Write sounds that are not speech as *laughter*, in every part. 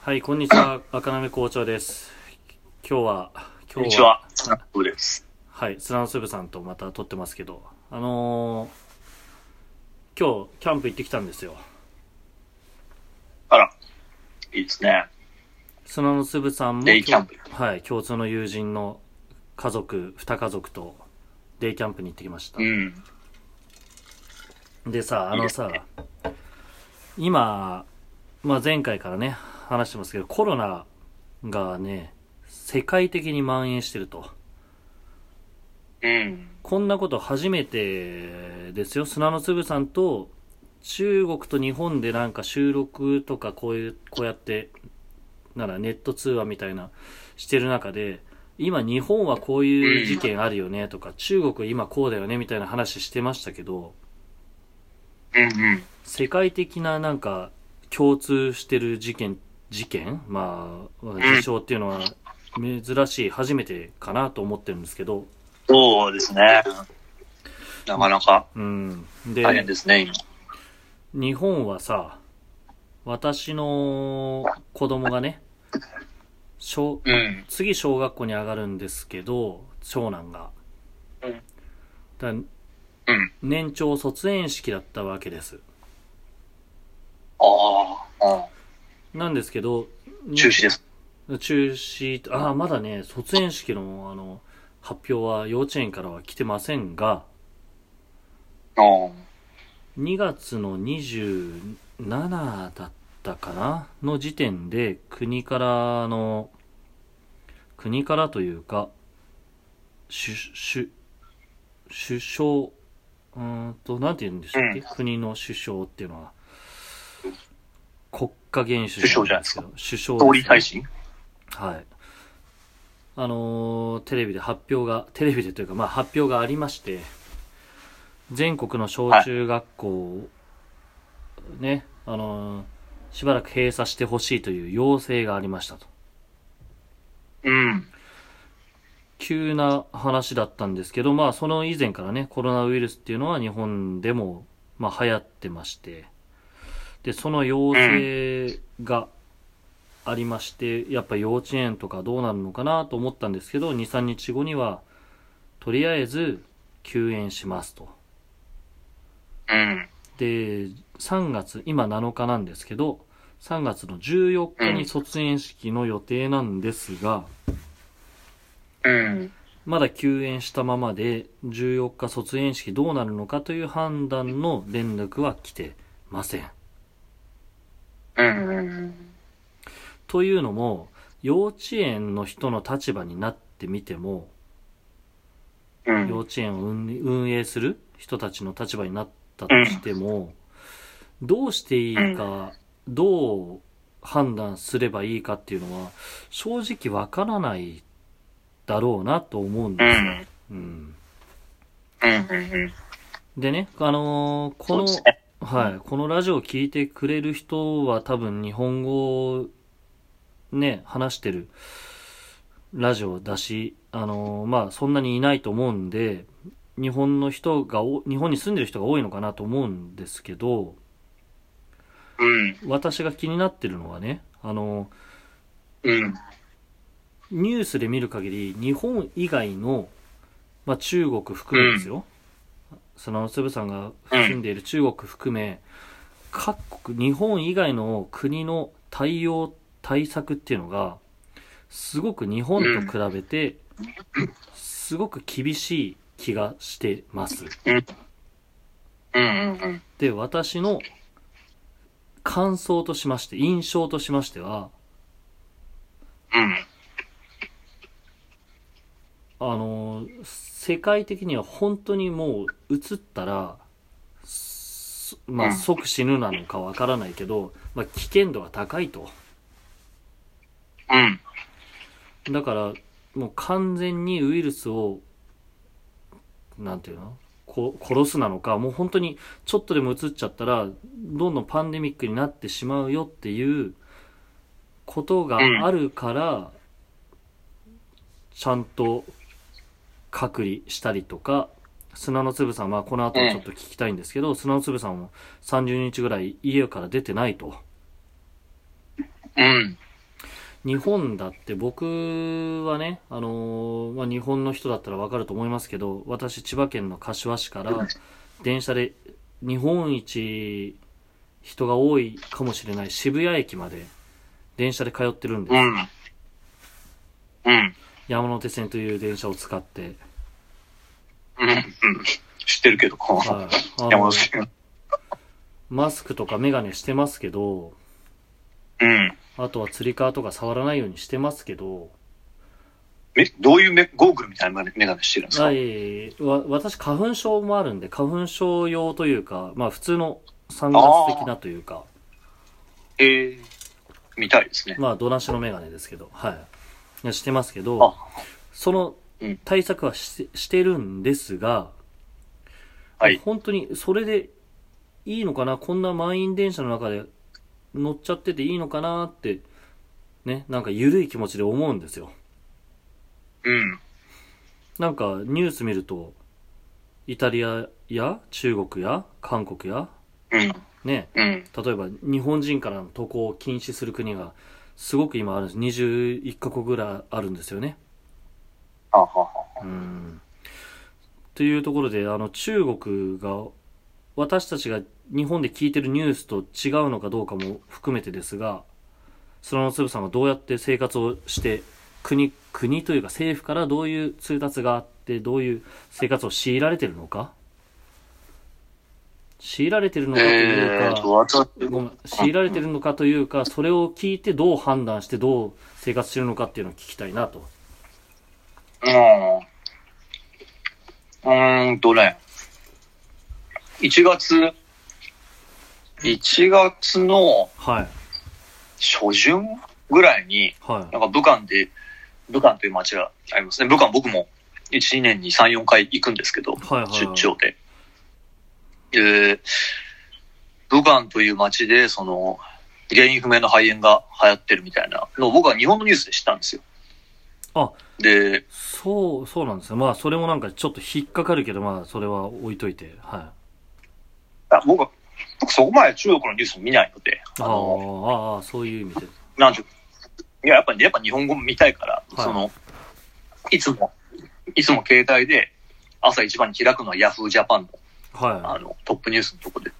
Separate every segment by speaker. Speaker 1: はい、こんにち
Speaker 2: *coughs*
Speaker 1: は。赤波校長です。今日は、
Speaker 2: こ
Speaker 1: 今
Speaker 2: んに
Speaker 1: 日
Speaker 2: ちは。そうです。
Speaker 1: はい、スランスブさんとまた撮ってますけど、あのー今日、キャンプ行ってきたんですよ。
Speaker 2: あら、いいですね。
Speaker 1: スランスブさんも、
Speaker 2: デイキャンプ
Speaker 1: はい、共通の友人の家族、二家族と、デイキャンプに行ってきました
Speaker 2: う。ん。
Speaker 1: でさ、あのさ
Speaker 2: いいです、
Speaker 1: 今、まあ、前回からね、話してますけど、コロナがね、世界的に蔓延してると。
Speaker 2: うん。
Speaker 1: こんなこと初めてですよ。砂の粒さんと中国と日本でなんか収録とかこういう、こうやって、ならネット通話みたいなしてる中で、今日本はこういう事件あるよねとか、中国は今こうだよねみたいな話してましたけど、
Speaker 2: うんうん。
Speaker 1: 世界的ななんか共通してる事件、事件まあ、事象っていうのは珍しい、初めてかなと思ってるんですけど、
Speaker 2: そうですね。なかなか
Speaker 1: うん。
Speaker 2: 大変ですね、今。
Speaker 1: 日本はさ、私の子供がね、小、
Speaker 2: うん。
Speaker 1: 次小学校に上がるんですけど、長男が。
Speaker 2: うん
Speaker 1: だ
Speaker 2: うん。
Speaker 1: 年長卒園式だったわけです。
Speaker 2: ああ、あ
Speaker 1: なんですけど、
Speaker 2: あ、中止です。
Speaker 1: 中止、ああ、まだね、卒園式のあの、発表は幼稚園からは来てませんが、
Speaker 2: ああ。
Speaker 1: 2月の27だったかなの時点で国からあの国からというか首首首相うーんとなんて言うんでしたっけ、
Speaker 2: う
Speaker 1: 国の首相っていうのは国家元首相んけど首相
Speaker 2: 総
Speaker 1: で
Speaker 2: 理
Speaker 1: すね
Speaker 2: 大臣
Speaker 1: はいあのーテレビで発表がテレビでというかまあ発表がありまして全国の小中学校を、ね、あのーしばらく閉鎖してほしいという要請がありましたと。
Speaker 2: うん。
Speaker 1: 急な話だったんですけど、まあその以前からね、コロナウイルスっていうのは日本でも、まあ流行ってまして、で、その要請がありまして、やっぱ幼稚園とかどうなるのかなと思ったんですけど、2、3日後には、とりあえず休園しますと。
Speaker 2: うん。
Speaker 1: で、3月、今7日なんですけど、3月の14日に卒園式の予定なんですが、
Speaker 2: うん。
Speaker 1: まだ休園したままで、14日卒園式どうなるのかという判断の連絡は来てません。
Speaker 2: うん。うん。
Speaker 1: というのも、幼稚園の人の立場になってみても、
Speaker 2: うん。
Speaker 1: 幼稚園を運運営する人たちの立場になったとしても、どうしていいか、どう判断すればいいかっていうのは、正直わからないだろうなと思うん
Speaker 2: う
Speaker 1: ですよ。
Speaker 2: ん。
Speaker 1: うん、
Speaker 2: うん。うん。
Speaker 1: でね、あのーこ
Speaker 2: そう
Speaker 1: の、
Speaker 2: ですね。
Speaker 1: はい、このラジオを聞いてくれる人は多分日本語をね、話してるラジオだし、あのーまあ、そんなにいないと思うんで、日本の人がお、日本に住んでる人が多いのかなと思うんですけど、
Speaker 2: うん。
Speaker 1: 私が気になってるのはね、あの
Speaker 2: うん。
Speaker 1: ーニュースで見る限り、日本以外の、まあ、中国含めですよ。そのつぶさんが住んでいる中国含め、各国、日本以外の国の対応、対策っていうのが、すごく日本と比べて、すごく厳しい気がしてます。
Speaker 2: うん。うん。
Speaker 1: で、私の感想としまして、印象としましては、
Speaker 2: うん。
Speaker 1: あのー世界的には本当にもう移ったら、すま
Speaker 2: う
Speaker 1: あ、
Speaker 2: ん
Speaker 1: 即死ぬなのかわからないけど、まあ、危険度が高いと。
Speaker 2: うん。
Speaker 1: だから、もう完全にウイルスを、なんていうのこ殺すなのか、もう本当にちょっとでも移っちゃったら、どんどんパンデミックになってしまうよっていうことがあるから、ちゃんと隔離したりとか、砂の粒さんはこの後ちょっと聞きたいんですけど、砂の粒さんも30日ぐらい家から出てないと。
Speaker 2: うん。
Speaker 1: 日本だって僕はね、あのーまあ、日本の人だったらわかると思いますけど、私千葉県の柏市から電車で日本一人が多いかもしれない渋谷駅まで電車で通ってるんです。
Speaker 2: うん。うん。
Speaker 1: 山手線という電車を使って。
Speaker 2: うん。うん知ってるけど、
Speaker 1: はいあの
Speaker 2: 山手線。
Speaker 1: マスクとかメガネしてますけど、
Speaker 2: うん。
Speaker 1: あとは釣り革とか触らないようにしてますけど、
Speaker 2: めどういうめゴーグルみたいなメガネしてるんですか
Speaker 1: はい、わ私花粉症もあるんで、花粉症用というか、まあ普通の3
Speaker 2: あ
Speaker 1: 月
Speaker 2: ー
Speaker 1: 的なというか、
Speaker 2: ええ見たいですね。
Speaker 1: まあ、ドナシのメガネですけど、はい。してますけど
Speaker 2: あ、
Speaker 1: その
Speaker 2: うん
Speaker 1: 対策はししてるんですが、
Speaker 2: はい
Speaker 1: 本当にそれでいいのかなこんな満員電車の中で乗っちゃってていいのかなって、ね、なんか緩い気持ちで思うんですよ。
Speaker 2: うん。
Speaker 1: なんかニュース見ると、イタリアや中国や韓国や、
Speaker 2: うん。
Speaker 1: ね、
Speaker 2: うん。
Speaker 1: 例えば日本人からの渡航を禁止する国がすごく今あるんです21カ国ぐらいあるんですよね
Speaker 2: はあ、はあはあ、
Speaker 1: うんというところであの中国が私たちが日本で聞いてるニュースと違うのかどうかも含めてですがその粒さんがどうやって生活をして国国というか政府からどういう通達があってどういう生活を強いられてるのか強いられてるのかというか、
Speaker 2: えーと、私、
Speaker 1: ごめん強いられてるのかというか、それを聞いてどう判断してどう生活してるのかっていうのを聞きたいなと。
Speaker 2: うん。うーんとね、1月、1月の
Speaker 1: はい。
Speaker 2: 初旬ぐらいに、
Speaker 1: は
Speaker 2: なんか武漢で、武漢という街がありますね。武漢僕も1、2年に3、4回行くんですけど、
Speaker 1: はいはい
Speaker 2: 出張で。えー武漢という街で、その、原因不明の肺炎が流行ってるみたいなのを僕は日本のニュースで知ったんですよ。
Speaker 1: あ
Speaker 2: で、
Speaker 1: い。そう、そうなんですよ。まあ、それもなんかちょっと引っかかるけど、まあ、それは置いといて。は
Speaker 2: あ僕は、僕そこまで中国のニュース見ないので、
Speaker 1: い。
Speaker 2: あ
Speaker 1: あ
Speaker 2: の、
Speaker 1: あ、ああ、そういう意味で。
Speaker 2: なんていういや、やっぱり、やっぱ日本語も見たいから、
Speaker 1: はい
Speaker 2: その、いつも、いつも携帯で朝一番に開くのは Yahoo Japan の
Speaker 1: は
Speaker 2: あのトップニュースのとこで。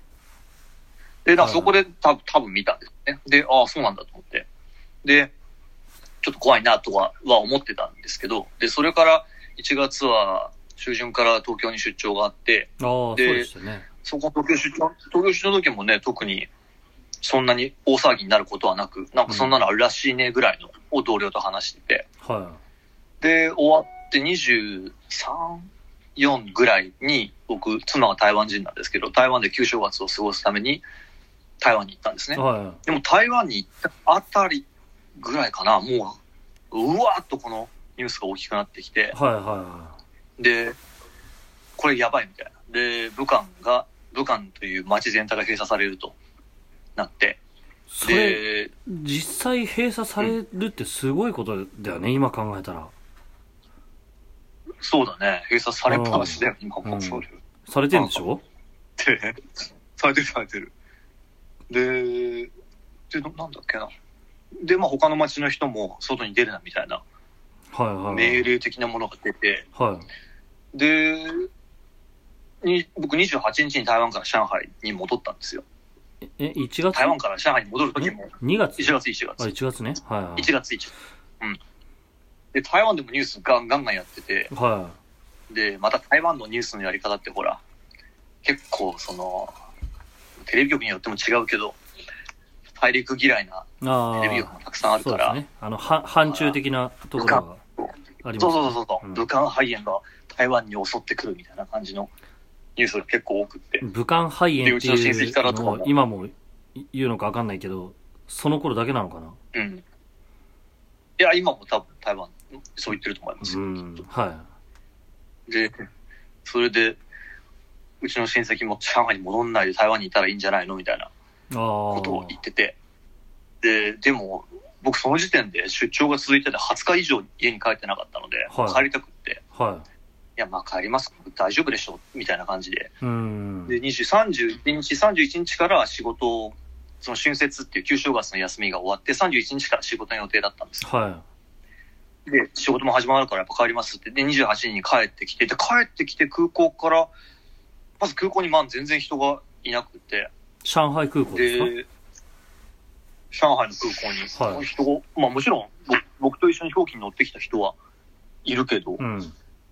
Speaker 2: で、なんかそこで多分多分見たんですね。で、ああ、そうなんだと思って。で、ちょっと怖いなとはは思ってたんですけど、で、それから1月は、中旬から東京に出張があって、
Speaker 1: い。ああ、そう
Speaker 2: で
Speaker 1: でしたね。
Speaker 2: そこ東京出張、東京出張の時もね、特にそんなに大騒ぎになることはなく、なんかそんなのあるらしいねぐらいのを同僚と話してて、
Speaker 1: は
Speaker 2: で、終わって23、4ぐらいに、僕、妻が台湾人なんですけど、台湾で旧正月を過ごすために台湾に行ったんです
Speaker 1: い。
Speaker 2: ね。
Speaker 1: は
Speaker 2: でも台湾に行ったあたりぐらいかな、もう、うわーっとこのニュースが大きくなってきて
Speaker 1: い。、はい、はい、は
Speaker 2: で、これやばいみたいな。で、武漢が、武漢という街全体が閉鎖されるとなって、
Speaker 1: い。それ、
Speaker 2: で、
Speaker 1: 実際閉鎖されるってすごいことだよね、今考えたら。
Speaker 2: そうだね、閉鎖されっぱなしだよ、今
Speaker 1: う
Speaker 2: も
Speaker 1: ん
Speaker 2: そういうっ
Speaker 1: されてんでしょ
Speaker 2: *laughs* て、されてるされてる。で、で、ななんだっけな。で、まあ他の街の人も外に出るなみたいな
Speaker 1: はい、はい。
Speaker 2: 命令的なものが出て、
Speaker 1: は
Speaker 2: で、に僕28日に台湾から上海に戻ったんですよ。
Speaker 1: い。え、1月
Speaker 2: 台湾から上海に戻る時も、
Speaker 1: ?2 月
Speaker 2: 1月1月
Speaker 1: あ、。1月ね。はい、はい。
Speaker 2: 1月1日。うん。で、台湾でもニュースガンガンガンやってて、
Speaker 1: は。
Speaker 2: で、また台湾のニュースのやり方ってほら、結構その、テレビ局によっても違うけど、大陸嫌いない
Speaker 1: ああ。
Speaker 2: テレビ局もたくさんある
Speaker 1: そう
Speaker 2: か
Speaker 1: です
Speaker 2: ら、
Speaker 1: ね。あの、は反中的なところがあります
Speaker 2: そうそう
Speaker 1: ね。
Speaker 2: そうそう、
Speaker 1: うん
Speaker 2: 武漢肺炎が台湾に襲ってくるみたいな感じのニュースが結構多くって、
Speaker 1: 武漢肺炎って
Speaker 2: でうちの親
Speaker 1: い
Speaker 2: 戚から
Speaker 1: う
Speaker 2: と
Speaker 1: の
Speaker 2: か
Speaker 1: を
Speaker 2: も
Speaker 1: 今も言うのかわかんないけど、その頃だけなのかな
Speaker 2: うん。いや、今も多分台湾、そう言ってると思います
Speaker 1: う
Speaker 2: よ。
Speaker 1: ん。は。
Speaker 2: で、それで、うちの親戚も上海に戻んないで台湾にいたらいいんじゃないのみたいない
Speaker 1: ああ。
Speaker 2: ことを言ってて、で、でも、僕その時点で出張が続いてて20日以上家に帰ってなかったので、
Speaker 1: はい
Speaker 2: 帰りたくって、
Speaker 1: はい
Speaker 2: や、まあ帰ります。大丈夫でしょうみたいな感じで。
Speaker 1: い。うん。
Speaker 2: で、20 31日、31日から仕事その春節っていう旧正月の休みが終わって、31日から仕事の予定だったんですよ。
Speaker 1: は
Speaker 2: で、仕事も始まるからやっぱ帰りますって、で、28時に帰ってきて、で、帰ってきて空港から、まず空港にまあ全然人がいなくて、
Speaker 1: い。上海空港ですか
Speaker 2: で、上海の空港に、
Speaker 1: はい
Speaker 2: 人が、まあもちろん僕僕と一緒に飛行機に乗ってきた人はいるけど、
Speaker 1: うん。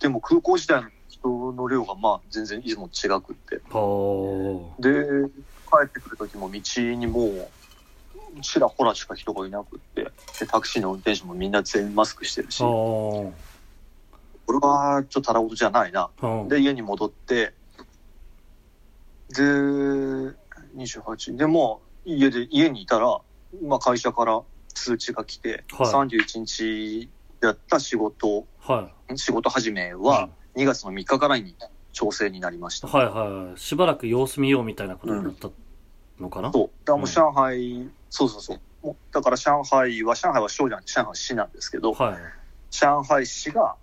Speaker 2: でも空港自体の人の量がまあ全然いつも違くって。
Speaker 1: はあ。
Speaker 2: で、帰ってくる時も道にもう、ちらほらしか人がいなくって、で、タクシーの運転手もみんな全員マスクしてるし、こ
Speaker 1: は
Speaker 2: れはちょっとただごとじゃないな。
Speaker 1: あ。うん。
Speaker 2: で、家に戻って、で、28、でもう家で、家にいたら、まあ会社から通知が来て、
Speaker 1: はい
Speaker 2: 31日だった仕事、
Speaker 1: は
Speaker 2: 仕事始め
Speaker 1: い。
Speaker 2: は2月の3日からに調整になりました。
Speaker 1: はいはい。しばらく様子見ようみたいなことになったのかな、
Speaker 2: そう。だからも
Speaker 1: う
Speaker 2: う上海、そうそうそう。もうだから上海は、上海は省じゃなくて上海市なんですけど、
Speaker 1: はい。
Speaker 2: 上海市が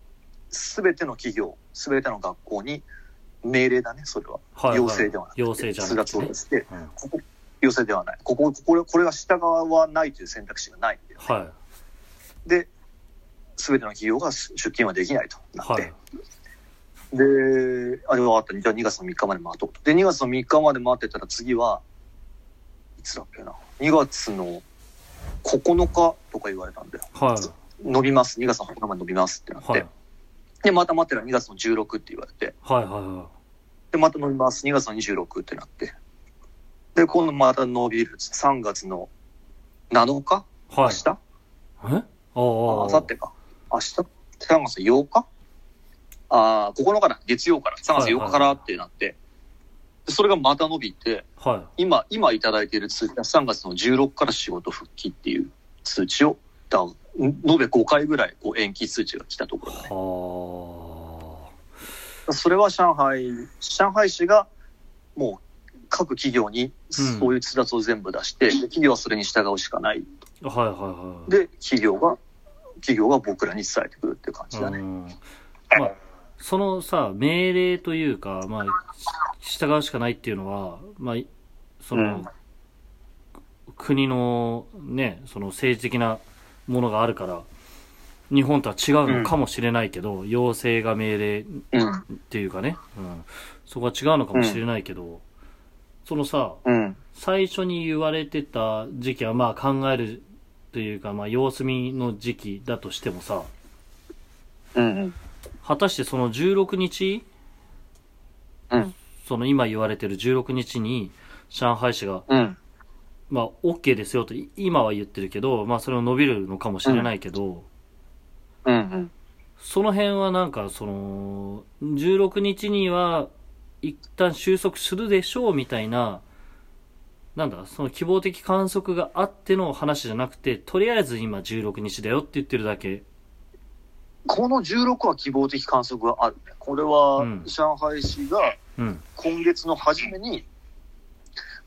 Speaker 2: 全ての企業、全ての学校に命令だね、それは。
Speaker 1: はい、はい。
Speaker 2: 要請ではなくて。
Speaker 1: 要請じゃなくて、
Speaker 2: 通
Speaker 1: ね
Speaker 2: 達を。して、
Speaker 1: うん
Speaker 2: ここ、要請ではない。ここ、これ、これが従わないという選択肢がないんで。
Speaker 1: は
Speaker 2: で、全ての企業が出勤はできないと
Speaker 1: い。
Speaker 2: なって。
Speaker 1: はい。
Speaker 2: で、あれはあった、じゃあ2月の3日まで待とうと。で、2月の3日まで待ってたら次は、いつだっけな、2月の9日とか言われたんだよ。
Speaker 1: はい。
Speaker 2: 伸びます、2月の9日まで伸びますってなって。
Speaker 1: はい。
Speaker 2: で、また待ってたら2月の16って言われて。
Speaker 1: はいは
Speaker 2: で、また伸びます、2月の26ってなって。で、今度また伸びる、3月の7日
Speaker 1: いはい。はい。
Speaker 2: 明日、
Speaker 1: え
Speaker 2: あ
Speaker 1: ああ。
Speaker 2: 明後日か。明日 ?3 月8日ああ、9日だ。月曜から。3月8日からってなって。でそれがまた伸びて、
Speaker 1: は
Speaker 2: 今、今いただいている通知が3月の16から仕事復帰っていう通知を、だん延べ5回ぐらいこう延期通知が来たところだね
Speaker 1: い。。は
Speaker 2: それは上海、上海市がもう各企業にそういう通達を全部出して、で企業はそれに従うしかない。
Speaker 1: あ。はいはいはい。
Speaker 2: で、企業が、企業が僕らに伝えてくるっていう感じだね。
Speaker 1: うんまあ、そのさ、命令というか、まあ、し従うしかないっていうのは、まあ、いその、
Speaker 2: うん
Speaker 1: 国のね、その政治的なものがあるから、日本とは違うのかもしれないけど、要請が命令
Speaker 2: うん。
Speaker 1: っていうかね、うん、そこは違うのかもしれないけど、そのさ、
Speaker 2: うん。
Speaker 1: 最初に言われてた時期はまあ考えるというか、まあ様子見の時期だとしてもさ、
Speaker 2: うん。
Speaker 1: 果たしてその16日、
Speaker 2: うん
Speaker 1: その今言われてる16日に、上海市が、
Speaker 2: うん。
Speaker 1: まあ OK ですよと、い今は言ってるけど、まあそれを伸びるのかもしれないけど、
Speaker 2: うん。
Speaker 1: その辺はなんかその、16日には一旦収束するでしょうみたいな、なんだ、その希望的観測があっての話じゃなくて、とりあえず今16日だよって言ってるだけ。
Speaker 2: この16は希望的観測があるね。これ
Speaker 1: う
Speaker 2: は
Speaker 1: ん、
Speaker 2: 上海市が
Speaker 1: うん。
Speaker 2: 今月の初めに、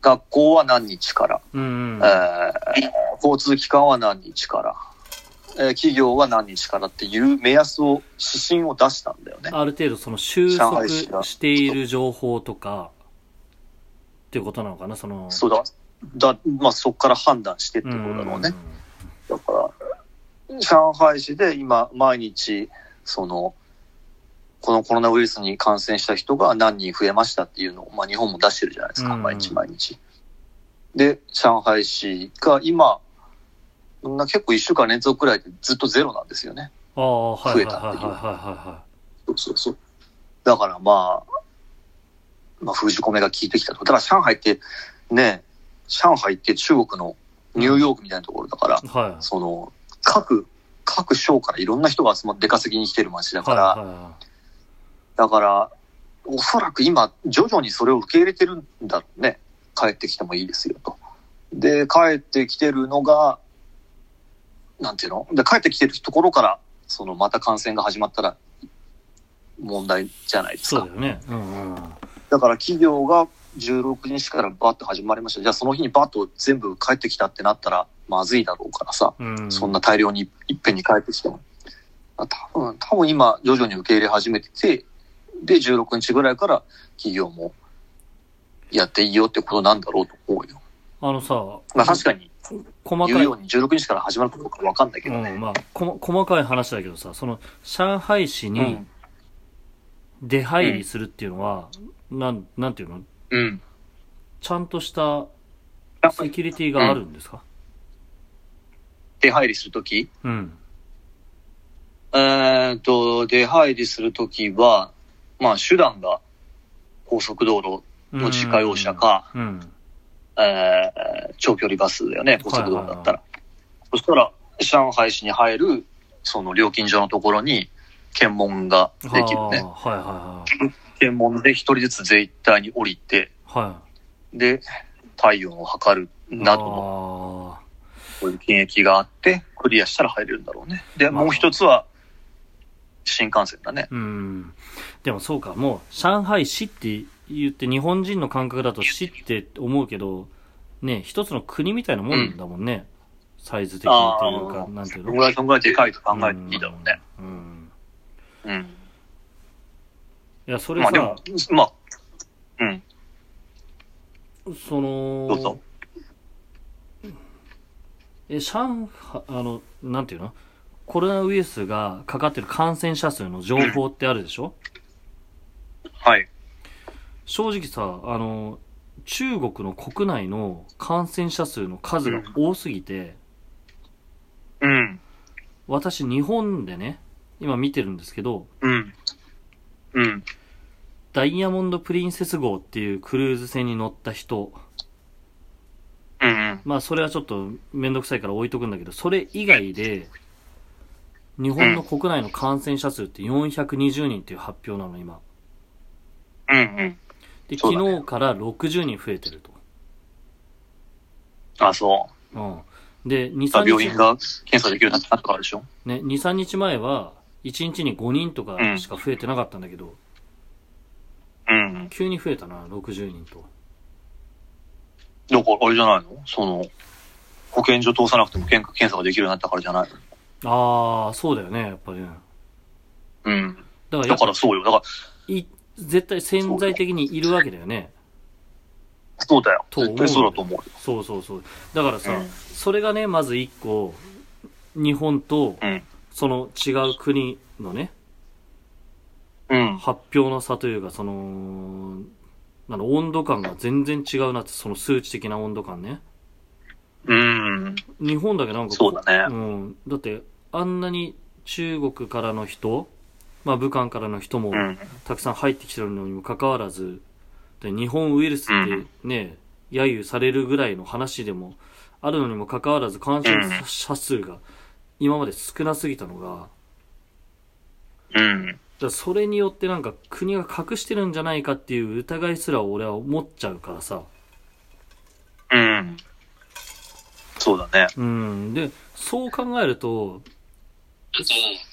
Speaker 2: 学校は何日から、
Speaker 1: うん、うん。
Speaker 2: えー交通機関は何日から、えー企業は何日からっていう目安を、指針を出したんだよね。
Speaker 1: ある程度その収
Speaker 2: 上
Speaker 1: 束
Speaker 2: 海市が
Speaker 1: している情報とか、っていうことなのかな、その。
Speaker 2: そうだ。だまあ、そこから判断してってことだろうね。だから、上海市で今、毎日、その、このコロナウイルスに感染した人が何人増えましたっていうのを、まあ、日本も出してるじゃないですか、
Speaker 1: うん
Speaker 2: 毎日毎日。で、上海市が今、な結構1週間連続くらいでずっとゼロなんですよね。
Speaker 1: ああ、はいはいはいはいはいは
Speaker 2: そうそうそう。だからまあ、まあ、封じ込めが効いてきたと。だから上海って、ね、上海って中国のニューヨークみたいなところだから、
Speaker 1: い。は
Speaker 2: その、各、各省からいろんな人が集まって出稼ぎに来てる街だ
Speaker 1: い。
Speaker 2: から、
Speaker 1: はいはいはい
Speaker 2: だから、おそらく今、徐々にそれを受け入れてるんだろうね。帰ってきてもいいですよと。で、帰ってきてるのが、なんていうので帰ってきてるところから、そのまた感染が始まったら問題じゃないです
Speaker 1: そう
Speaker 2: か
Speaker 1: だ。よね。うんうん。
Speaker 2: だから企業が16日からバッと始まりました。じゃあその日にバッと全部帰ってきたってなったらまずいだろうからさ。
Speaker 1: うん、
Speaker 2: そんな大量にいっぺんに帰ってきても。あ多分、多分今、徐々に受け入れ始めてて、で、16日ぐらいから企業もやっていいよってことなんだろうと思うよ。
Speaker 1: ああのさ、
Speaker 2: まあ確かに、
Speaker 1: 細
Speaker 2: 言
Speaker 1: か
Speaker 2: う
Speaker 1: い
Speaker 2: よ、うに16日から始まるかどうかわかんないけど
Speaker 1: うん、
Speaker 2: ね。
Speaker 1: まあ、こ細かい話だけどさ、その、上海市
Speaker 2: う
Speaker 1: に
Speaker 2: ん。
Speaker 1: 出入りするっていうのは、なん、なんていうの
Speaker 2: うん。
Speaker 1: ちゃんとした
Speaker 2: やっぱ
Speaker 1: セ
Speaker 2: り
Speaker 1: キュリティがあるんですか
Speaker 2: 出入りするとき
Speaker 1: うん。
Speaker 2: えーっと、出入りするときは、まあ手段が高速道路
Speaker 1: うん
Speaker 2: の自家用車。か、
Speaker 1: うん。
Speaker 2: えー長距離バスだよね、高速道路だっ
Speaker 1: はい
Speaker 2: た
Speaker 1: はいは
Speaker 2: ら。そしたら、上海市に入る、その料金所のところに、検問ができるね。
Speaker 1: はあはいは
Speaker 2: 検問で一人ずつ絶対に降りて、
Speaker 1: いはい。はい。
Speaker 2: で、体温を測るなどの、
Speaker 1: あ
Speaker 2: こういう検疫があって、クリアしたら入れるんだろうね。で、
Speaker 1: まあ
Speaker 2: もう一つは、新幹線だね。
Speaker 1: ーうん。でもそうか、もう、上海市って言って、日本人の感覚だと市って思うけど、ね、一つの国みたいなもんだもんね。サイズ的にという
Speaker 2: あ
Speaker 1: か、
Speaker 2: ー
Speaker 1: なんていう
Speaker 2: ど
Speaker 1: の
Speaker 2: んぐらい、どんぐらいでかいと考えていいだろうね。
Speaker 1: うん。うん。
Speaker 2: うん。
Speaker 1: いや、それ
Speaker 2: ま
Speaker 1: さ、
Speaker 2: あでも、まあ、うん、
Speaker 1: そ
Speaker 2: どうぞ
Speaker 1: の、。え、上海、あの、なんていうのコロナウイルスがかかってる感染者数の情報ってあるでしょ、
Speaker 2: はい。
Speaker 1: 正直さ、あの、中国の国内の感染者数の数が多すぎて、
Speaker 2: うん、
Speaker 1: 私日本でね、今見てるんですけど、
Speaker 2: うん、うん。
Speaker 1: ダイヤモンド・プリンセス号っていうクルーズ船に乗った人、
Speaker 2: うんうん。
Speaker 1: まあそれはちょっとめんどくさいから置いとくんだけど、それ以外で、日本の国内の感染者数って420人っていう発表なの今。
Speaker 2: うんうん。
Speaker 1: で、
Speaker 2: そ
Speaker 1: 昨
Speaker 2: うだね
Speaker 1: 日から60人増えてると。
Speaker 2: あ、そう。
Speaker 1: うん。で、2、
Speaker 2: さ
Speaker 1: 3
Speaker 2: 病
Speaker 1: 日
Speaker 2: 院が検査できるようになったからでしょ
Speaker 1: ね、2、3日前は、1日に5人とかしか増えてなかったんだけど、
Speaker 2: うん。
Speaker 1: 急に増えたな、60人と。
Speaker 2: だから、あれじゃないのその、保健所通さなくても検検査ができるようになったからじゃないの
Speaker 1: ああ、そうだよね、やっぱりね。
Speaker 2: うん。
Speaker 1: だからやっ
Speaker 2: だ
Speaker 1: ぱ
Speaker 2: からそうよ。だから、
Speaker 1: い、絶対潜在的にいるわけだよね。
Speaker 2: そうだよ。
Speaker 1: と思う
Speaker 2: 絶対そうだと思うよ。
Speaker 1: そうそうそう。だからさ、
Speaker 2: うん
Speaker 1: それがね、まず1個、日本と、
Speaker 2: うん
Speaker 1: その違う国のね、
Speaker 2: うん。
Speaker 1: 発表の差というか、その、なんだ温度感が全然違うなって、その数値的な温度感ね。
Speaker 2: うん。
Speaker 1: 日本だけなんか
Speaker 2: そうだね。
Speaker 1: うん、だってあんなに中国からの人、まあ、武漢からの人も
Speaker 2: うん。
Speaker 1: たくさん入ってきてるのにもかかわらずで日本ウイルスってね、揶揄されるぐらいの話でもあるのにもかかわらず感染者数が今まで少なすぎたのがだか
Speaker 2: うん。
Speaker 1: らそれによってなんか国が隠してるんじゃないかっていう疑いすら俺は思っちゃうからさ
Speaker 2: うん。そうだね。
Speaker 1: うんでそう考えると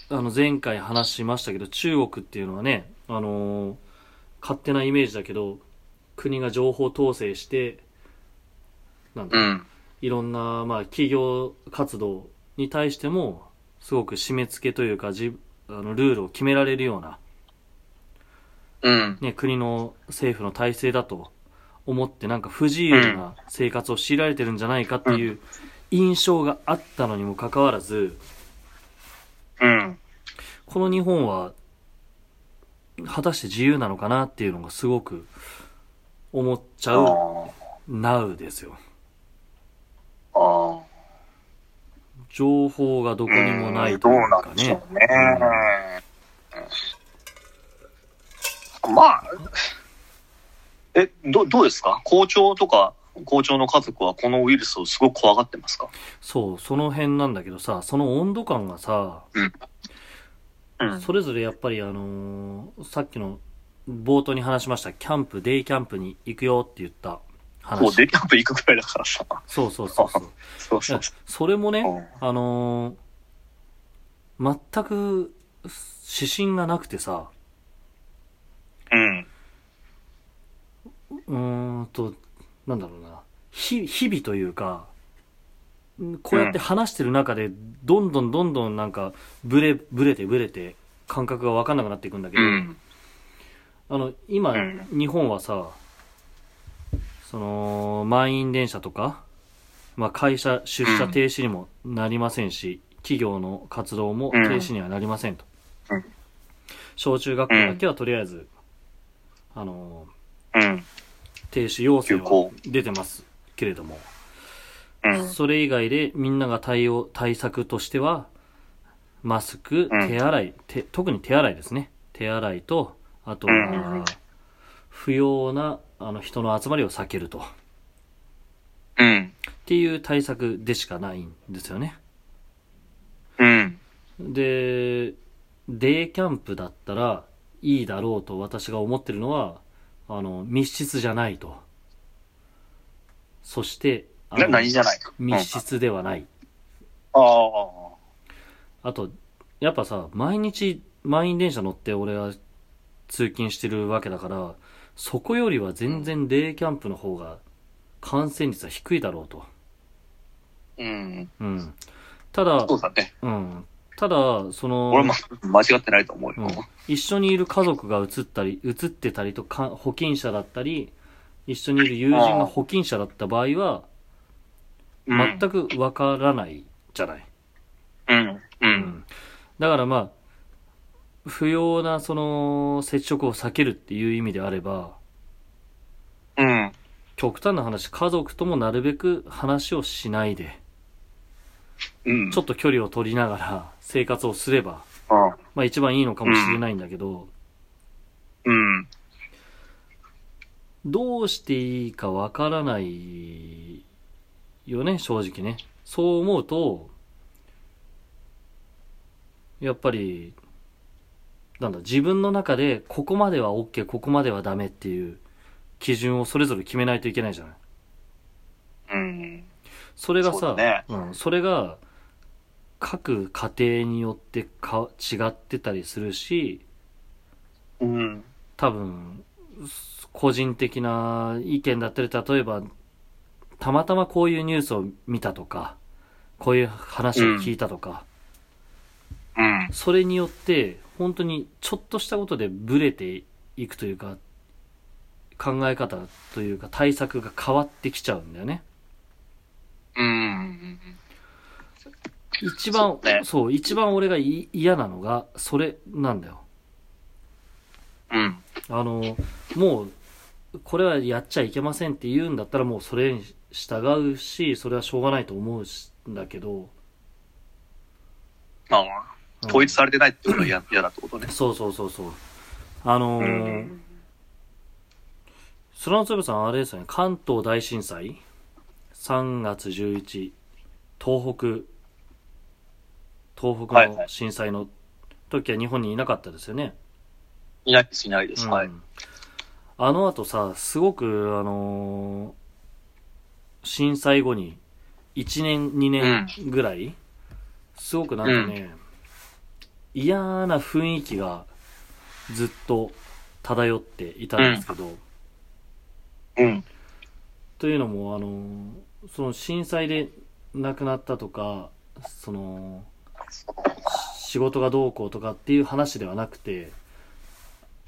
Speaker 1: あの前回話しましたけど中国っていうのはね、あのー勝手なイメージだけど国が情報統制してなんだ、
Speaker 2: うん。
Speaker 1: いろんな、まあ、企業活動に対してもすごく締め付けというかじあのルールを決められるような、
Speaker 2: うん。
Speaker 1: ね、国の政府の体制だと思ってなんか不自由な生活を強いられてるんじゃないかっていう印象があったのにもかかわらず、
Speaker 2: うん。
Speaker 1: この日本は、果たして自由なのかなっていうのがすごく思っちゃ
Speaker 2: あ
Speaker 1: う、
Speaker 2: ー
Speaker 1: なうですよ。
Speaker 2: あー。
Speaker 1: 情報がどこにもない
Speaker 2: うんど
Speaker 1: と
Speaker 2: う
Speaker 1: いう
Speaker 2: な
Speaker 1: か
Speaker 2: んでしょ
Speaker 1: ね。
Speaker 2: うね。まあ、え、どどうですか校長とか校長の家族はこのウイルスをすごく怖がってますか
Speaker 1: そう、その辺なんだけどさ、その温度感がさ、
Speaker 2: うん。
Speaker 1: それぞれやっぱりあのーさっきの冒頭に話しました、キャンプ、デイキャンプに行くよって言った
Speaker 2: もう
Speaker 1: 話。
Speaker 2: デイキャンプ行くくらいだからさ。
Speaker 1: そうそうそうそう。
Speaker 2: そう
Speaker 1: い
Speaker 2: そ
Speaker 1: や
Speaker 2: うそ
Speaker 1: それもね、
Speaker 2: う。
Speaker 1: あのー全く指針がなくてさ、
Speaker 2: うん。
Speaker 1: うーんと、なんだろうな。ひ、日々というか、んこうやって話してる中で、どんどんどんどんなんか、ブレ、ブレてブレて、感覚がわかんなくなっていくんだけ
Speaker 2: う
Speaker 1: ど、
Speaker 2: ん。
Speaker 1: あの、今、
Speaker 2: うん
Speaker 1: 日本はさ、その、満員電車とか、まあ、会社出社停止にもなりませんし、企業の活動も停止にはなりませんと。
Speaker 2: うん
Speaker 1: 小中学校だけはとりあえず、あの
Speaker 2: うん。
Speaker 1: 停止要請
Speaker 2: 休
Speaker 1: は
Speaker 2: 校
Speaker 1: 出てますけれども、
Speaker 2: うん。
Speaker 1: それ以外でみんなが対応、対策としては、マスク、
Speaker 2: うん
Speaker 1: 手洗い、手特に手洗いですね。手洗いと、あと
Speaker 2: うんうんう
Speaker 1: は
Speaker 2: ん、
Speaker 1: 不要なあの人の集まりを避けると。っ
Speaker 2: うん。
Speaker 1: ていう対策でしかないんですよね。
Speaker 2: うん。
Speaker 1: で、デイキャンプだったらいいだろうと私が思ってるのは、あの、密室じゃないと。そして、あ
Speaker 2: な
Speaker 1: の
Speaker 2: 何じゃない
Speaker 1: 密室ではない。
Speaker 2: うん、あ
Speaker 1: あと、やっぱさ、毎日満員電車乗って俺は通勤してるわけだから、そこよりは全然デイキャンプの方が感染率は低いだろうと。
Speaker 2: あ。うん。
Speaker 1: うん。ただ
Speaker 2: そ、うだね。
Speaker 1: うん。ただ、その、
Speaker 2: 俺も間違ってないと思う
Speaker 1: うん
Speaker 2: よ。、
Speaker 1: 一緒にいる家族が移ったり、移ってたりとか、保菌者だったり、一緒にいる友人が保菌者だった場合は、
Speaker 2: うん。
Speaker 1: 全くわからないじゃない。
Speaker 2: うん。う。
Speaker 1: うんんだからまあ、不要なその接触を避けるっていう意味であれば、
Speaker 2: うん。
Speaker 1: 極端な話、家族ともなるべく話をしないで、
Speaker 2: うん。
Speaker 1: ちょっと距離を取りながら生活をすれば、
Speaker 2: と。
Speaker 1: まあ一番いいのかもしれないんだけど、
Speaker 2: うん。
Speaker 1: どうしていいかわからないよね、正直ね。そう思うと、やっぱり、なんだ、自分の中で、ここまでは OK、ここまではダメっていう基準をそれぞれ決めないといけないじゃない。
Speaker 2: うん。
Speaker 1: それが
Speaker 2: そ
Speaker 1: さ、
Speaker 2: うだね
Speaker 1: うん、それが、各家庭によってか違ってたりするし、
Speaker 2: うん。
Speaker 1: 多分、す個人的な意見だったり、例えば、たまたまこういうニュースを見たとか、こういう話を聞いたとか、
Speaker 2: うん。
Speaker 1: それによって、本当にちょっとしたことでブレていくというか、考え方というか対策が変わってきちゃうんだよね。
Speaker 2: うん。
Speaker 1: 一番、
Speaker 2: そうね
Speaker 1: そう、一番俺がい嫌なのが、それなんだよ。
Speaker 2: うん。
Speaker 1: あの、もう、これはやっちゃいけませんって言うんだったらもうそれに従うし、それはしょうがないと思うしんだけど、
Speaker 2: まあ、
Speaker 1: うん
Speaker 2: 統一されてないってことは嫌嫌だってことね。
Speaker 1: そうそうそうそう。あの
Speaker 2: う
Speaker 1: ー、
Speaker 2: ん。
Speaker 1: そのつぶさんあれですよね、関東大震災、3月11、東北、東
Speaker 2: は
Speaker 1: 北
Speaker 2: いは
Speaker 1: の
Speaker 2: い
Speaker 1: 震災の時は日本にいなかったですよね。
Speaker 2: いないです、いないです。
Speaker 1: うん
Speaker 2: はい。
Speaker 1: あの後さ、すごく、あのー震災後に、1年、2年ぐらい、すごくなんかね、嫌な雰囲気がずっと漂っていたんですけど、
Speaker 2: うん。
Speaker 1: というのも、あのーその震災で亡くなったとか、その、仕事がどうこうとかっていう話ではなくて、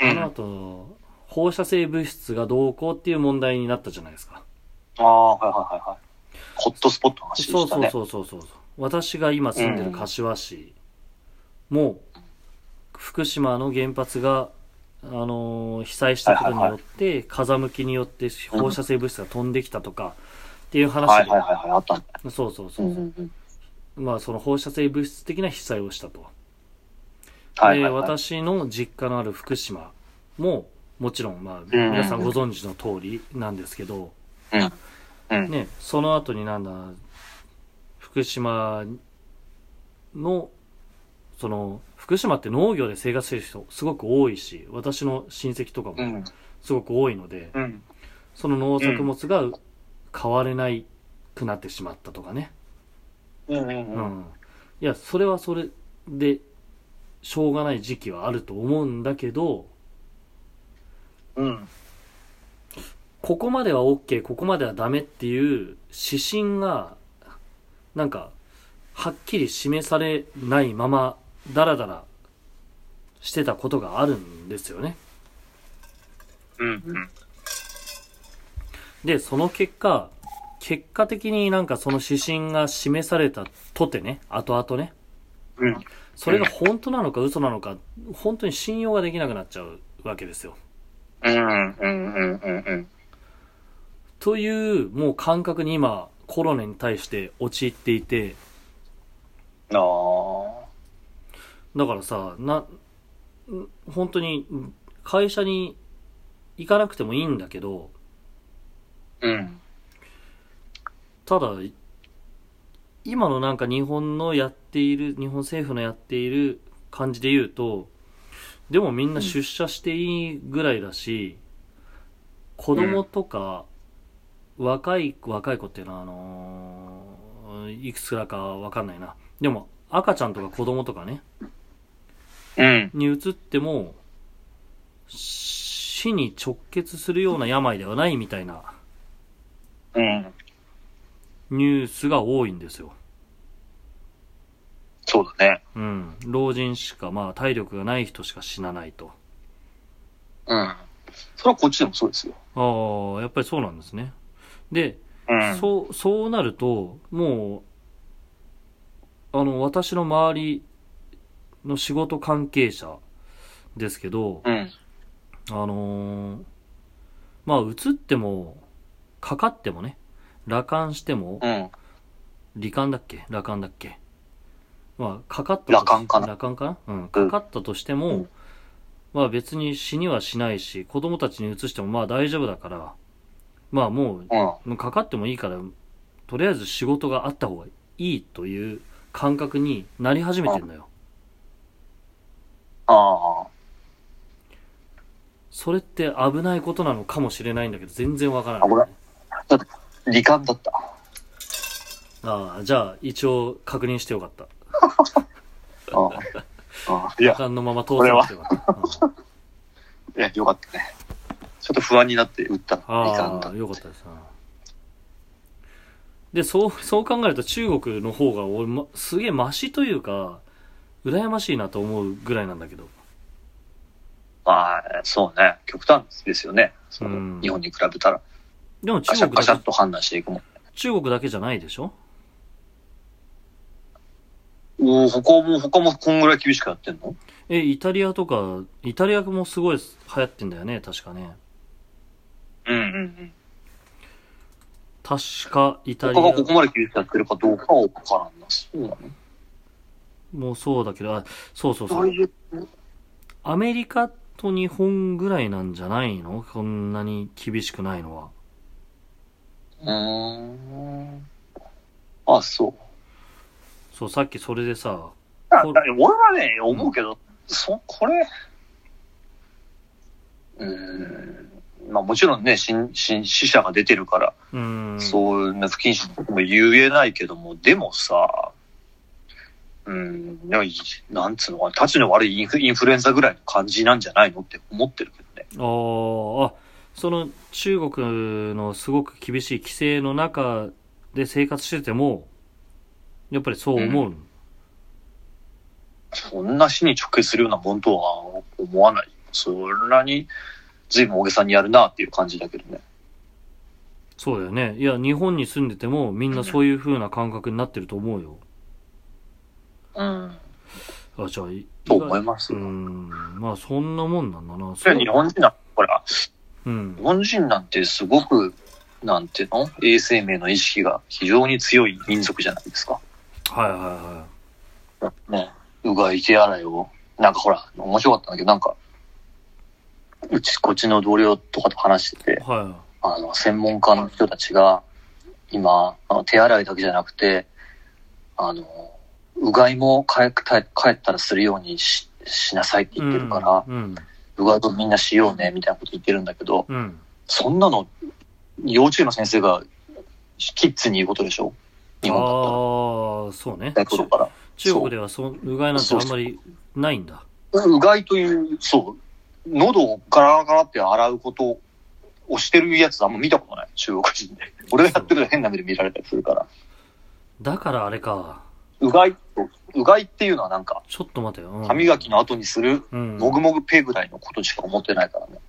Speaker 2: う
Speaker 1: あ
Speaker 2: ん。
Speaker 1: の
Speaker 2: あ
Speaker 1: 後、放射性物質がどうこうっていう問題になったじゃないですか。
Speaker 2: あー、はいはいはいはい。ホットスポットの話で
Speaker 1: そう
Speaker 2: した
Speaker 1: そう
Speaker 2: ね。
Speaker 1: そうそうそう。私が今住んでる柏市も、福島の原発が、あのー被災したことによって、風向きによって放射性物質が飛んできたとか、っていう話で、
Speaker 2: はいはいはいはい、あったね。
Speaker 1: そうそうそうう、
Speaker 2: んうん。
Speaker 1: まあその放射性物質的な被災をしたと。
Speaker 2: はいはい
Speaker 1: で、
Speaker 2: はい。
Speaker 1: 私の実家のある福島も、もちろん、まあ、
Speaker 2: うん
Speaker 1: 皆さんご存知の通りなんですけど、
Speaker 2: うん。
Speaker 1: ね、その後になんだ、福島の、その、福島って農業で生活してる人すごく多いし、私の親戚とか
Speaker 2: う
Speaker 1: も
Speaker 2: ん。
Speaker 1: すごく多いので、
Speaker 2: うん。
Speaker 1: その農作物が買われないくなってしまったとかね。
Speaker 2: うんう
Speaker 1: うん
Speaker 2: うん。
Speaker 1: ん。いや、それはそれで、しょうがない時期はあると思うんだけど、
Speaker 2: うん。
Speaker 1: ここまでは OK、ここまではダメっていう指針が、なんか、はっきり示されないまま、ダラダラしてたことがあるんですよね。
Speaker 2: うん。
Speaker 1: で、その結果、結果的になんかその指針が示されたとてね、後々ね、
Speaker 2: うん。
Speaker 1: それが本当なのか嘘なのか、本当に信用ができなくなっちゃうわけですよ。
Speaker 2: うん、うん、うん、うん、うん。
Speaker 1: という、もう感覚に今、コロナに対して陥っていて、
Speaker 2: ああ。
Speaker 1: だからさ、な、ん本当に、ん会社に行かなくてもいいんだけど、
Speaker 2: うん。
Speaker 1: ただ、今のなんか日本のやっている、日本政府のやっている感じで言うと、でもみんな出社していいぐらいだし、子供とか、若い、若い子っていうのは、あのーいくつらかわかんないな。でも、赤ちゃんとか子供とかね、
Speaker 2: うん。
Speaker 1: に移っても、死に直結するような病ではないみたいな
Speaker 2: うん。
Speaker 1: ニュースが多いんですよ。
Speaker 2: そうだね。
Speaker 1: うん。老人しか、まあ、体力がない人しか死なないと。
Speaker 2: うん。それはこっちでもそうですよ。
Speaker 1: ああ、やっぱりそうなんですね。で、
Speaker 2: うん。
Speaker 1: そう、そうなると、もう、あの、私の周りの仕事関係者ですけど、
Speaker 2: うん。
Speaker 1: あのーまあ、うつっても、かかってもね、羅漢しても、
Speaker 2: うん。
Speaker 1: 罹患だっけ羅漢だっけまあ、かかったと
Speaker 2: 羅漢かな
Speaker 1: 羅漢かなうん。かかったとしても、
Speaker 2: うん
Speaker 1: まあ別に死にはしないし、子供たちに移してもまあ大丈夫だから、まあもう
Speaker 2: うん。
Speaker 1: もうかかってもいいから、とりあえず仕事があった方がいいという感覚になり始めてんだよ。
Speaker 2: ああ。
Speaker 1: それって危ないことなのかもしれないんだけど、全然わからない、
Speaker 2: 危ない罹患 *laughs* だった。
Speaker 1: ああ、じゃあ一応確認してよかった。
Speaker 2: ああ。ああ。いや
Speaker 1: 時、間のまま通さなくてよかった。うん
Speaker 2: いや、よかったね。ちょっと不安になって打った。罹患
Speaker 1: あ
Speaker 2: だ
Speaker 1: あ、。よかったですな。で、そう、 *laughs* そう考えると中国の方が俺、ま、すげえマシというか、羨ましいなと思うぐらいなんだけど。
Speaker 2: まあ、そうね。極端ですよね。そ
Speaker 1: うん
Speaker 2: の日本に比べたら、
Speaker 1: でも
Speaker 2: ガ
Speaker 1: 中
Speaker 2: シャ
Speaker 1: 国
Speaker 2: ッガシャ
Speaker 1: だ
Speaker 2: ッ
Speaker 1: け、
Speaker 2: と判断していくもん。
Speaker 1: 中国だけじゃないでしょ
Speaker 2: おお、他も、他もこんぐらい厳しくやってんの
Speaker 1: え、イタリアとか、イタリアもすごい流行ってんだよね、確かね。
Speaker 2: うんうんうん。
Speaker 1: 確かイタリ
Speaker 2: 他がここ
Speaker 1: ア
Speaker 2: まで厳しくやってるかどうかは分からんな。そうなの
Speaker 1: もそうだけど、あ、そうそうそう。
Speaker 2: いう。
Speaker 1: アメリカと日本ぐらいなんじゃないのこんなに厳しくないのは。
Speaker 2: うーん。あ、そう。
Speaker 1: そう、さっきそれでさ、
Speaker 2: あ
Speaker 1: こ
Speaker 2: だから俺はね、思うけど、そ、これ、うーん、まあもちろんね、新、新死者が出てるから、
Speaker 1: うーん。
Speaker 2: そんな不謹慎なことも言えないけども、でもさ、うん、いやいなんつうのかな、立ちの悪いインフインフルエンザぐらいの感じなんじゃないのって思ってるけどね。
Speaker 1: あーあ、その中国のすごく厳しい規制の中で生活してても、やっぱりそう思うの、
Speaker 2: そんな死に直結するようなもんとは思わない。そんなに、随分大げさにやるなっていう感じだけどね。
Speaker 1: そうだよね。いや、日本に住んでてもみんなそういう風な感覚になってると思うよ。
Speaker 2: うん。
Speaker 1: あ、じゃあ、い
Speaker 2: と思います
Speaker 1: うー
Speaker 2: よ。
Speaker 1: ん、まあそんなもんなんだな。
Speaker 2: それは日本人だ、ほら、
Speaker 1: うん
Speaker 2: 日。本人なんてすごく、なんていうの衛生面の意識が非常に強い民族じゃないですか。
Speaker 1: はいはいは
Speaker 2: ね。うがい手洗いを。なんかほら、面白かったんだけど、なんか、うち、こっちの同僚とかと話して
Speaker 1: い。
Speaker 2: て、
Speaker 1: は
Speaker 2: あの、専門家の人たちが、今、あの手洗いだけじゃなくて、あの、うがいも帰った帰ったらするようにししなさいっ
Speaker 1: い。
Speaker 2: て言ってるから、
Speaker 1: うん。
Speaker 2: うがいとみんなしようね、みたいなこと言ってるんだけど、
Speaker 1: うん。うん
Speaker 2: そんなの、幼稚園の先生が、キッズに言うことでしょ日
Speaker 1: ああ
Speaker 2: 本だっ
Speaker 1: ー、そうね
Speaker 2: た。ら。だから。
Speaker 1: 中国ではそ、うがいなんてあんまりないんだ。
Speaker 2: うがいという、そう、喉をガラガラって洗うことをしてるやつあんま見たことない。中国人で。俺がやってると変な目で見られたりするから。
Speaker 1: だからあれか。
Speaker 2: うがい、うがいっていうのはなんか、
Speaker 1: ちょっと待てよ。うん
Speaker 2: 歯磨きの後にする、
Speaker 1: うん。
Speaker 2: もぐもぐペぐらいのことしか思ってないからね。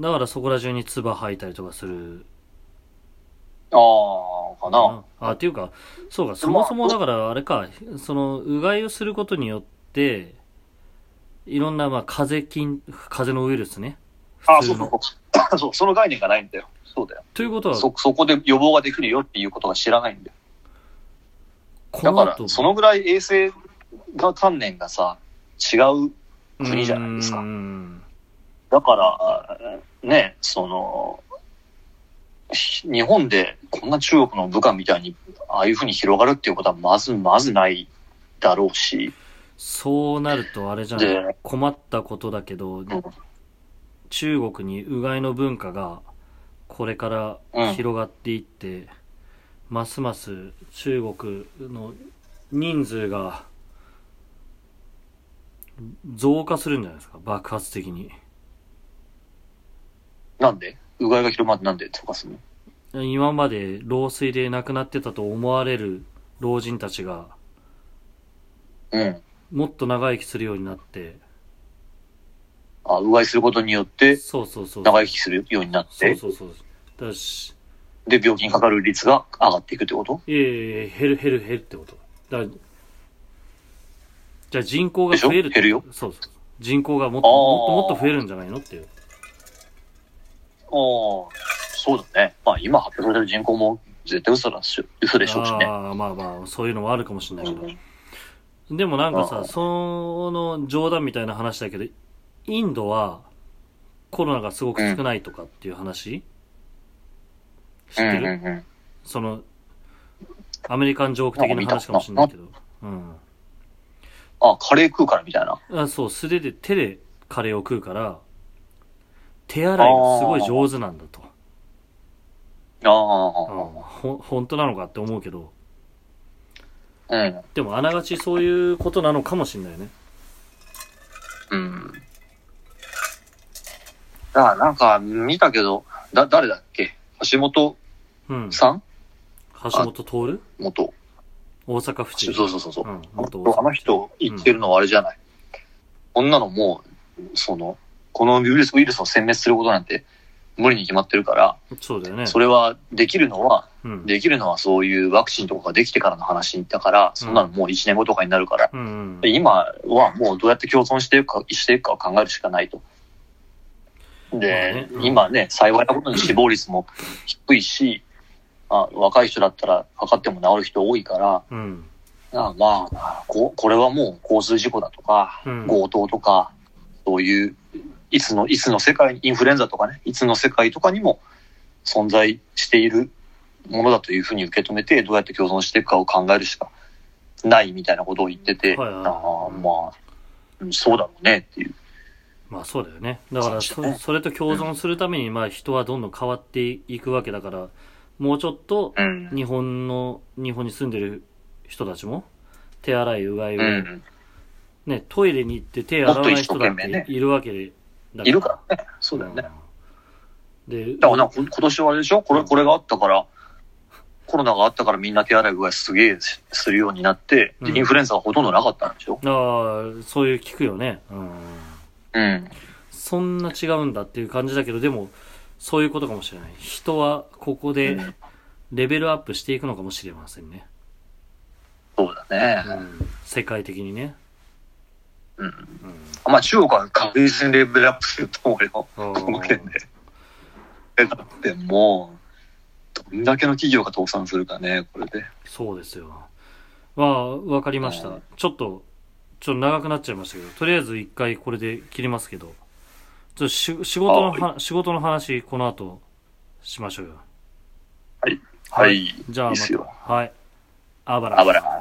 Speaker 1: だからそこら中に唾吐いたりとかする
Speaker 2: ああ、かな。
Speaker 1: あっていうか、そうか、そもそもだからあれか、その、うがいをすることによって、いろんな、まあ、風邪菌、風邪のウイルスね。
Speaker 2: ああ、
Speaker 1: 普通
Speaker 2: そう
Speaker 1: の
Speaker 2: そうそう。 *coughs* そう、その概念がないんだよ。そうだよ。
Speaker 1: ということは、
Speaker 2: そ、そこで予防ができるよっていうことが知らないんだよ。
Speaker 1: こ
Speaker 2: だ
Speaker 1: の
Speaker 2: から
Speaker 1: 後、、
Speaker 2: そのぐらい衛生が観念がさ、違う国じゃないです
Speaker 1: うー
Speaker 2: か。
Speaker 1: ん
Speaker 2: だから、ね、その、ひ日本でこんな中国の部下みたいに、ああいうふうに広がるっていうことは、まず、まずないだろうし、
Speaker 1: そうなるとあれじゃな
Speaker 2: で
Speaker 1: い困ったことだけど、中国にうがいの文化がこれから広がっていって、ますます中国の人数が増加するんじゃないですか爆発的に
Speaker 2: なんでうがいが広まってなんでとかするの
Speaker 1: 今まで老衰で亡くなってたと思われる老人たちが
Speaker 2: うん。
Speaker 1: もっと長生きするようになって
Speaker 2: あ、うがいすることによって、
Speaker 1: そうそうそう
Speaker 2: 長生きするようになっ
Speaker 1: そう
Speaker 2: て、
Speaker 1: そうそうだし
Speaker 2: で、病気にかかる率が上がっていくってこと
Speaker 1: いやいやいや減る減る減るってことだからじゃあ人口が増えるって
Speaker 2: でしょ減
Speaker 1: そうそう人口がもっと
Speaker 2: あー
Speaker 1: もっともっと増えるんじゃないのっていう
Speaker 2: ああ、そうだね。まあ、今発表されてる人口も絶対嘘だし嘘でしょうしね。
Speaker 1: ああまあまあそういうのもあるかもしれないけど、
Speaker 2: うん
Speaker 1: でもなんか
Speaker 2: あ
Speaker 1: さ
Speaker 2: ー
Speaker 1: その冗談みたいな話だけどインドはコロナがすごく少ないとかっていう話、知ってる、
Speaker 2: うんうんうん
Speaker 1: そのアメリカンジョーク的な話かもしれないけどうん
Speaker 2: あ、カレー食うからみたいな。
Speaker 1: あそう素手で手でカレーを食うから手洗いがすごい上手なんだと
Speaker 2: あ
Speaker 1: あ
Speaker 2: あ、
Speaker 1: ほ本当なのかって思うけど
Speaker 2: うん。
Speaker 1: でもあながちそういうことなのかもしれないね
Speaker 2: うん。だからなんか見たけど、だ、誰だっけ橋本
Speaker 1: うん
Speaker 2: さん
Speaker 1: 橋本徹
Speaker 2: 元。
Speaker 1: 大阪府知
Speaker 2: そ
Speaker 1: 事
Speaker 2: うそうそうそう。
Speaker 1: うん
Speaker 2: あの
Speaker 1: 元大
Speaker 2: 人あ
Speaker 1: 阪
Speaker 2: の人言ってるのはあれじゃない。こんなのもう、その、このウイルスウイルスを殲滅することなんて無理に決まってるから、
Speaker 1: そうだよね
Speaker 2: それはできるのは、
Speaker 1: うん
Speaker 2: できるのはそういうワクチンとかができてからの話だから、そんなのもう1年後とかになるから、
Speaker 1: うんうん
Speaker 2: で今はもうどうやって共存していくか、していくかを考えるしかないと。で、
Speaker 1: まあね
Speaker 2: 今ね、幸いなことに死亡率も低いし、あ、若い人だったらかかっても治る人多いから、
Speaker 1: うん
Speaker 2: あまあこ、これはもう交通事故だとか、
Speaker 1: うん
Speaker 2: 強盗とか、そういう、いつの、いつの世界、インフルエンザとかね、いつの世界とかにも存在しているものだというふうに受け止めて、どうやって共存していくかを考えるしかないみたいなことを言ってて、
Speaker 1: はいはい
Speaker 2: ああまあ、うんそうだろうねっていう。
Speaker 1: まあそうだよねだから
Speaker 2: そ
Speaker 1: そう
Speaker 2: ですね
Speaker 1: それと共存するためにまあ人はどんどん変わっていくわけだからもうちょっと
Speaker 2: うん。
Speaker 1: 日本の日本に住んでる人たちも手洗いうがいうを
Speaker 2: ん。
Speaker 1: ね、トイレに行って手洗わない人だ
Speaker 2: もっと一生懸命
Speaker 1: っ
Speaker 2: ね
Speaker 1: ているわけで、だ
Speaker 2: いるからね。そうだよね。
Speaker 1: で、
Speaker 2: だからなんかこ今年はあれでしょこれ、これがあったから、コロナがあったからみんな手洗いうがいすげえすするようになって、
Speaker 1: うん
Speaker 2: で、インフルエンザがほとんどなかったんでしょ
Speaker 1: ああ、そういう聞くよね。うん。
Speaker 2: うん。
Speaker 1: そんな違うんだっていう感じだけど、でも、そういうことかもしれない。人はここで
Speaker 2: うん
Speaker 1: レベルアップしていくのかもしれませんね。
Speaker 2: そうだ
Speaker 1: う
Speaker 2: ね。
Speaker 1: ん。世界的にね。
Speaker 2: うん。
Speaker 1: うん。
Speaker 2: まあ中国は確実にレベルアップすると思うよ。
Speaker 1: あ
Speaker 2: この件
Speaker 1: ー
Speaker 2: で。えだってもう、どんだけの企業が倒産するかね、これで。
Speaker 1: そうですよ。まあ、わかりまし
Speaker 2: う
Speaker 1: た
Speaker 2: ん。
Speaker 1: ちょっと、ちょっと長くなっちゃいましたけど、とりあえず一回これで切りますけど、ちょっとし仕事のは、仕事の話、この後、しましょうよ。
Speaker 2: はい。
Speaker 1: じゃあ、
Speaker 2: いい
Speaker 1: ま
Speaker 2: っすよ
Speaker 1: た。はい。あばら。
Speaker 2: あばら。